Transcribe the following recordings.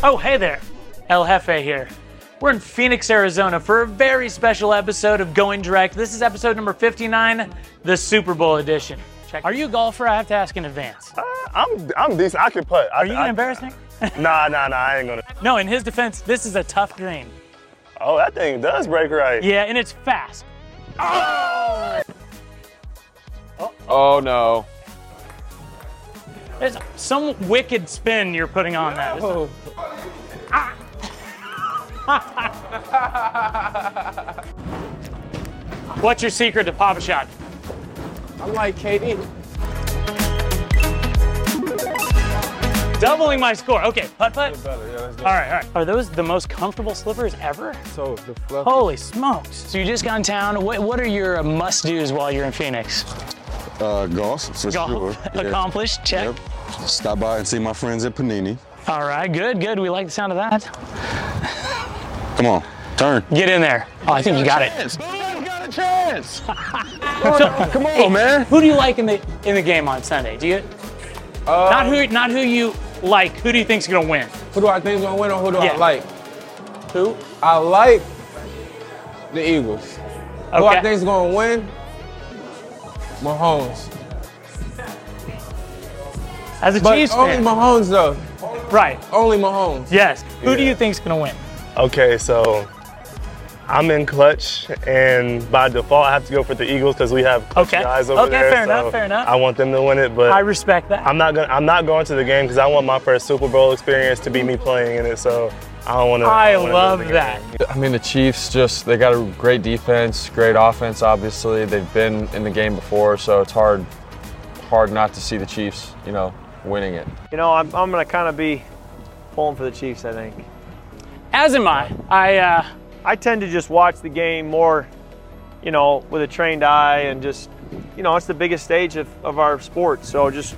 Oh, hey there. El Jefe here. We're in Phoenix, Arizona for a very special episode of Going Direct. This is episode number 59, the Super Bowl edition. Check. Uh, Are you a golfer? I have to ask in advance. I'm I'm decent. I can putt. Are you going to embarrass me? Nah, nah, nah. I ain't gonna. No, in his defense, this is a tough green. Oh, that thing does break right. Yeah, and it's fast. Oh no. There's some wicked spin you're putting on that. What's your secret to Papa Shot? I'm like KD. Doubling my score. Okay, putt putt. All Better, yeah, that's good. right, all right. Are those the most comfortable slippers ever? So the fluff. Holy smokes. So you just got in town. What, what are your must dos while you're in Phoenix? Uh, golf for Golf sure. Yeah. accomplished. Check. Yep. Stop by and see my friends at Panini. All right, good, good. We like the sound of that. Come on, turn. Get in there. Oh, I think you got it. got a chance. Come on, man. Who do you like in the in the game on Sunday? Do you not who not who you like? Who do you think's gonna win? Who do I think's gonna win or who do Yeah. I like? Who? I like the Eagles. Who I think's gonna win? Mahomes. As a But Chiefs only fan, Mahomes though. right? Only Mahomes. Yes. Who do you think's gonna win? Okay, so I'm in clutch, and by default, I have to go for the Eagles because we have clutch Okay. guys over Okay, there. fair enough, so fair enough. I want them to win it, but I respect that. I'm not gonna. I'm not going to the game because I want my first Super Bowl experience to be me playing in it. So I don't want to. I love that. I mean, the Chiefs just, they got a great defense, great offense, obviously. They've been in the game before, so it's hard hard not to see the Chiefs, you know, winning it. You know, I'm, I'm going to kind of be pulling for the Chiefs, I think. As am I. I uh, I tend to just watch the game more, you know, with a trained eye and just, you know, it's the biggest stage of, of our sport. So just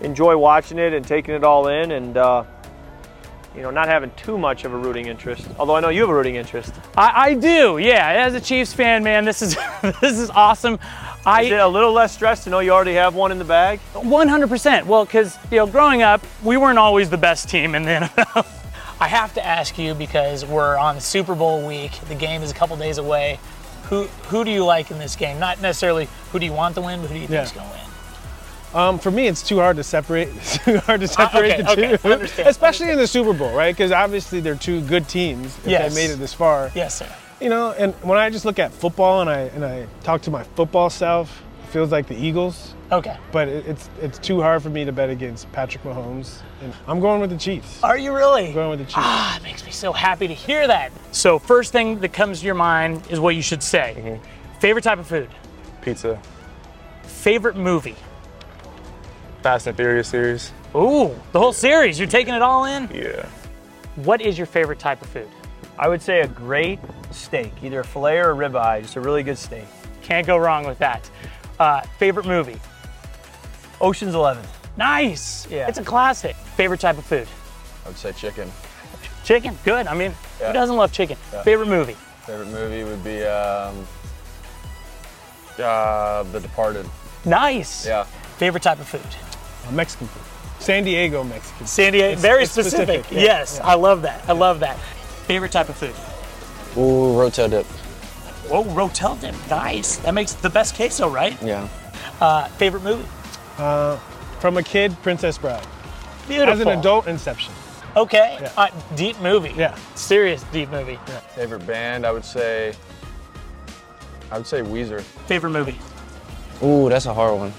enjoy watching it and taking it all in and, uh, you know, not having too much of a rooting interest. Although I know you have a rooting interest. I, I do. Yeah. As a Chiefs fan, man, this is this is awesome. I Is it a little less stress to know you already have one in the bag? 100%. Well, because, you know, growing up, we weren't always the best team in the NFL. I have to ask you because we're on Super Bowl week. The game is a couple days away. Who who do you like in this game? Not necessarily who do you want to win, but who do you think's Yeah. going to win? Um, for me, it's too hard to separate. It's too hard to separate okay, the two, okay, understand, especially in the Super Bowl, right? Because obviously they're two good teams. If Yes. they made it this far, Yes, sir. you know. And when I just look at football and I and I talk to my football self, it feels like the Eagles. Okay. But it, it's it's too hard for me to bet against Patrick Mahomes. And I'm going with the Chiefs. Are you really? I'm going with the Chiefs. Ah, it makes me so happy to hear that. So, first thing that comes to your mind is what you should say. Mm-hmm. Favorite type of food? Pizza, Favorite movie? Fast and Furious series. Ooh, the whole series. You're taking it all in? Yeah. What is your favorite type of food? I would say a great steak, either a filet or a ribeye, just a really good steak. Can't go wrong with that. Uh, favorite movie? Ocean's 11. Nice. Yeah. It's a classic. Favorite type of food? I would say chicken. Chicken. Good. I mean, who Yeah. doesn't love chicken? Favorite movie? Favorite movie would be um, uh, The Departed. Nice. Yeah. Favorite type of food? Uh, Mexican food. San Diego Mexican. San Diego. It's- Very it's specific. specific. Yeah, Yes. I love that. I love that. Favorite type of food? Ooh, roto dip. Whoa, Rotel dip. Nice. That makes the best queso, right? Yeah. Uh, favorite movie? Uh, from a kid, Princess Bride. Beautiful. As an adult, Inception. Okay. Yeah. Uh, deep movie. Yeah. Serious deep movie. Favorite band, I would say, I would say Weezer. Favorite movie? Ooh, that's a hard one.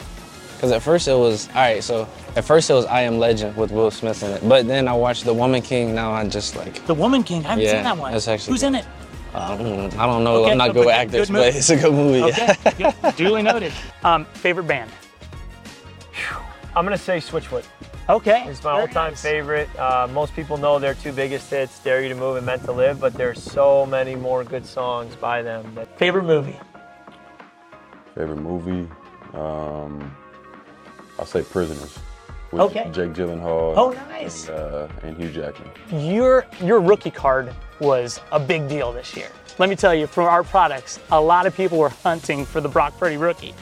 Cause at first it was all right. So at first it was I Am Legend with Will Smith in it, but then I watched The Woman King. Now I just like The Woman King. I haven't Yeah, seen that one. that's actually Who's good. in it? I don't, I don't know. Okay, I'm not but good with good- actors, good movie. but it's a good movie. Okay. good. Duly noted. Um, favorite band? I'm going to say Switchfoot. Okay. It's my all-time favorite. Uh, most people know their two biggest hits, "Dare You to Move" and "Meant to Live," but there's so many more good songs by them. But Favorite movie? Favorite movie? Um, I'll say Prisoners. With Okay. Jake Gyllenhaal. Oh, nice. And, uh, and Hugh Jackman. Your your rookie card was a big deal this year. Let me tell you, from our products, a lot of people were hunting for the Brock Purdy rookie.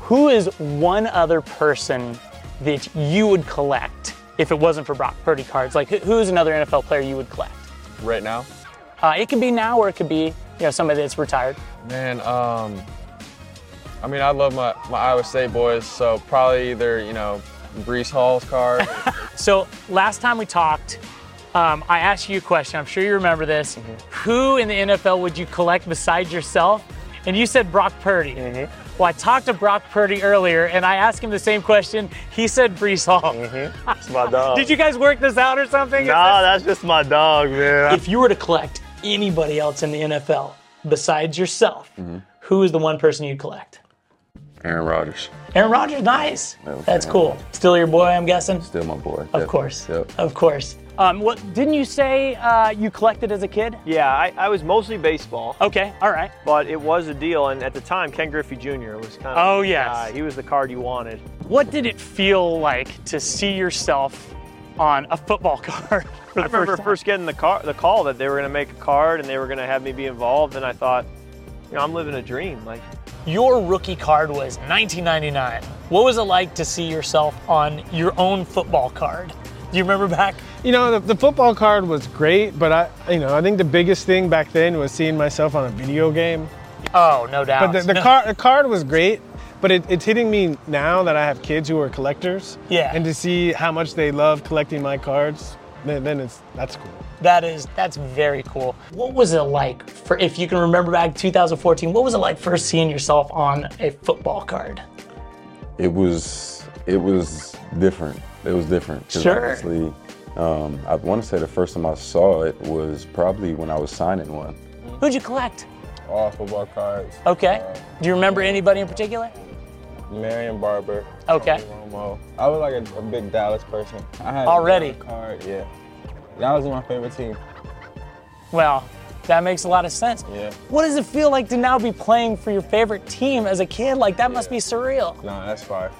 Who is one other person that you would collect if it wasn't for Brock Purdy cards? Like, who- who's another NFL player you would collect? Right now, Uh, it could be now, or it could be you know somebody that's retired. man. Um, I mean, I love my, my Iowa State boys, so probably either you know Brees Hall's card. So last time we talked, um, I asked you a question. I'm sure you remember this. Who in the NFL would you collect besides yourself? And you said Brock Purdy. Well, I talked to Brock Purdy earlier, and I asked him the same question. He said Brees Hall. That's my dog. Did you guys work this out or something? Nah, that's just my dog, man. If you were to collect anybody else in the NFL besides yourself, who is the one person you'd collect? Aaron Rodgers. Aaron Rodgers, nice. was That's Aaron cool. Still your boy, I'm guessing. Still my boy. Of course. Yep. Of course. Um, what didn't you say uh, you collected as a kid? Yeah, I, I was mostly baseball, Okay. All right. but it was a deal. And at the time, Ken Griffey Jr. was kind of. Oh, the yes. guy. he was the card you wanted. What did it feel like to see yourself on a football card? For the I remember first, first, getting the car, the call that they were going to make a card and they were going to have me be involved, and I thought, you know, I'm living a dream. Like, time? your rookie card was 1999. What was it like to see yourself on your own football card? Do you remember back? You know, the, the football card was great, but I, you know, I think the biggest thing back then was seeing myself on a video game. Oh, no doubt. But the, the, No. card, the card was great, but it, it's hitting me now that I have kids who are collectors. Yeah. And to see how much they love collecting my cards, then, then it's that's cool. That is that's very cool. What was it like for if you can remember back 2014? What was it like first seeing yourself on a football card? It was it was different. It was different. 'cause Sure. Honestly, um, I want to say the first time I saw it was probably when I was signing one. Who'd you collect? All football cards. Okay. Do you remember anybody in particular? Marion Barber. Okay. Tony Romo. I was like a, a big Dallas person. I had Already? a card, yeah. Dallas is my favorite team. Well, that makes a lot of sense. Yeah. What does it feel like to now be playing for your favorite team as a kid? Like that must be surreal. Nah, that's fire.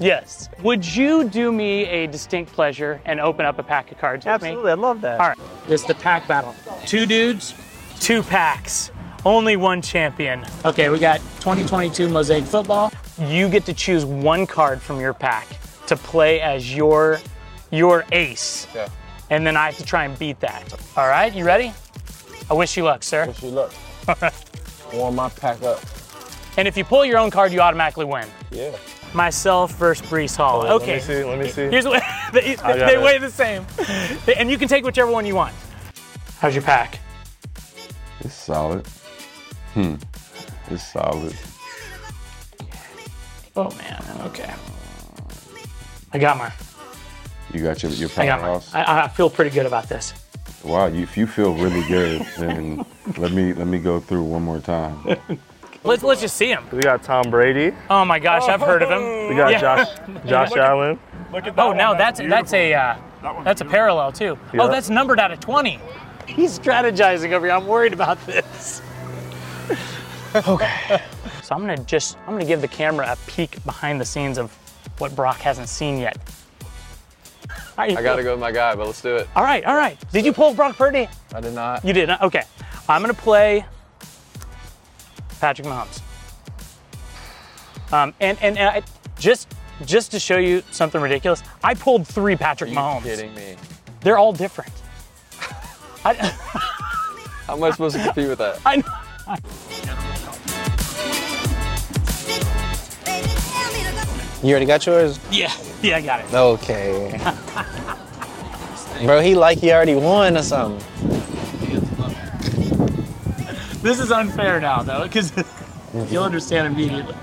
Yes. Would you do me a distinct pleasure and open up a pack of cards absolutely, I love that. All right. This is the pack battle. Two dudes, two packs. Only one champion. Okay, we got 2022 Mosaic Football. You get to choose one card from your pack to play as your your ace. Yeah. And then I have to try and beat that. All right, you ready? I wish you luck, sir. Wish you luck. Warm my pack up. And if you pull your own card, you automatically win. Yeah. Myself versus Brees Hall. Let okay. me see, let me see. Here's what they, I got they it. weigh the same, and you can take whichever one you want. How's your pack? It's solid. Hmm. It's solid. Oh man, okay. I got mine. You got your your I got mine. powerhouse. I, I feel pretty good about this. Wow. You, if you feel really good, then let me let me go through one more time. Let's let's just see him. We got Tom Brady. Oh my gosh, I've heard of him. We got Yeah. Josh Josh Allen. Oh no, that's that's a uh, that's a parallel too. Oh, Yeah. that's numbered out of twenty. He's strategizing over here. I'm worried about this. okay. So I'm gonna just I'm gonna give the camera a peek behind the scenes of what Brock hasn't seen yet. I gotta go with my guy, but let's do it. All right, all right. Did you pull Brock Purdy? I did not. You did. huh? Okay. I'm going to play Patrick Mahomes. Um, and and, and I, just just to show you something ridiculous, I pulled three Patrick You Mahomes. kidding me? They're all different. I, How am I supposed to compete with that? I know. You already got yours? Yeah, yeah, I got it. Okay. Bro, he like he already won or something. This is unfair now, though, because you'll understand immediately.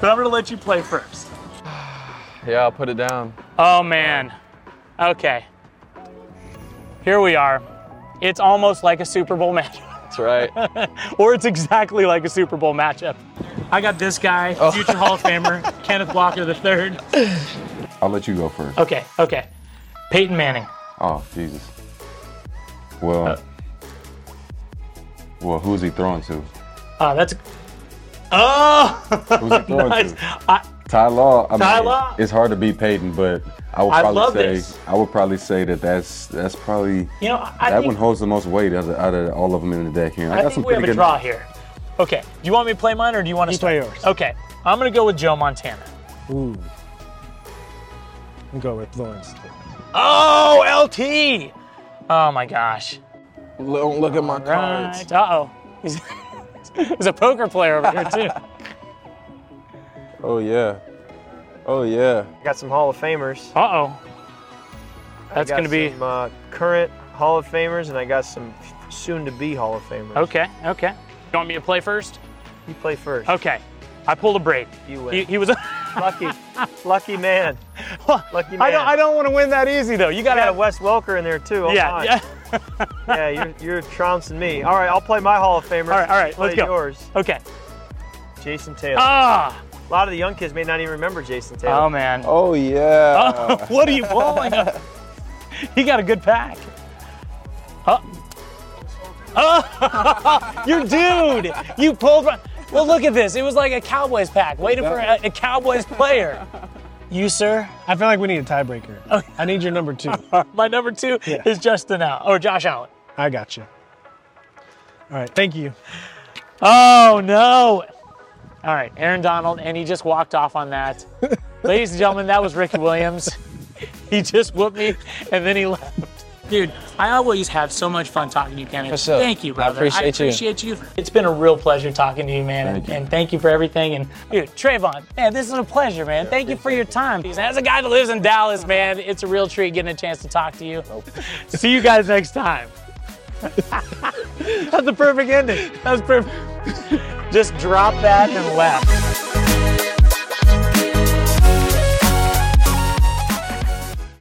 But I'm going to let you play first. Yeah, I'll put it down. Oh man. Okay. Here we are. It's almost like a Super Bowl match. That's right. or it's exactly like a Super Bowl matchup. I got this guy, future Hall of Famer, Kenneth Walker III. I'll let you go first. Okay, okay. Peyton Manning. Oh Jesus. Well. Uh. well, who's he throwing to? Uh, that's. Oh! Who's he throwing nice. to? I, Ty Law. I mean, Ty Law. It's hard to beat Peyton, but I would I probably love say this. I would probably say that that's that's probably you know, I that think, one holds the most weight out of, out of all of them in the deck here. I think we have a good- draw here. Okay, do you want me to play mine or do you want to You play yours. Okay, I'm going to go with Joe Montana. Ooh. and go with Lawrence. Oh, LT! Oh my gosh. Don't look at my cards. Right. Uh oh. He's, he's a poker player over here, too. Oh yeah. Oh yeah. Got some Hall of Famers. Uh oh. I That's got going to be. some, uh, current Hall of Famers, and I got some soon-to-be Hall of Famers. Okay, okay. You want me to play first? You play first. Okay. I pulled a braid. You He, win. he was. lucky, lucky man. Lucky man. I don't, I don't want to win that easy, though. You got got a to. Wes Welker in there too. Oh Yeah, my. yeah. yeah. You're you're trouncing me. All right, I'll play my Hall of Famer. All right, all right, Play let's go. Yours, Okay. Jason Taylor. Ah! a lot of the young kids may not even remember Jason Taylor. Oh, man. Oh yeah. Oh, what are you pulling? he got a good pack. Oh. Oh, you dude, you pulled. my- Well, look at this. It was like a Cowboys pack, waiting for a, a Cowboys player. You, sir, Oh. I feel like we need a tiebreaker. I need your number two. my number two Yeah. is Justin out or Josh Allen. I got you. All right, thank you. Oh no! All right, Aaron Donald, and he just walked off on that. Ladies and gentlemen, that was Ricky Williams. He just whooped me, and then he left. Dude, I always have so much fun talking to you, Kenny. For sure. Thank you, I brother. appreciate you. you. It's been a real pleasure talking to you, man, and- Thank you. and, thank you for everything. And dude, Trayvon, man, this is a pleasure, man. thank you for your time. As a guy that lives in Dallas, man, it's a real treat getting a chance to talk to you. See you guys next time. That's the perfect ending. That's perfect. Just drop that and laugh.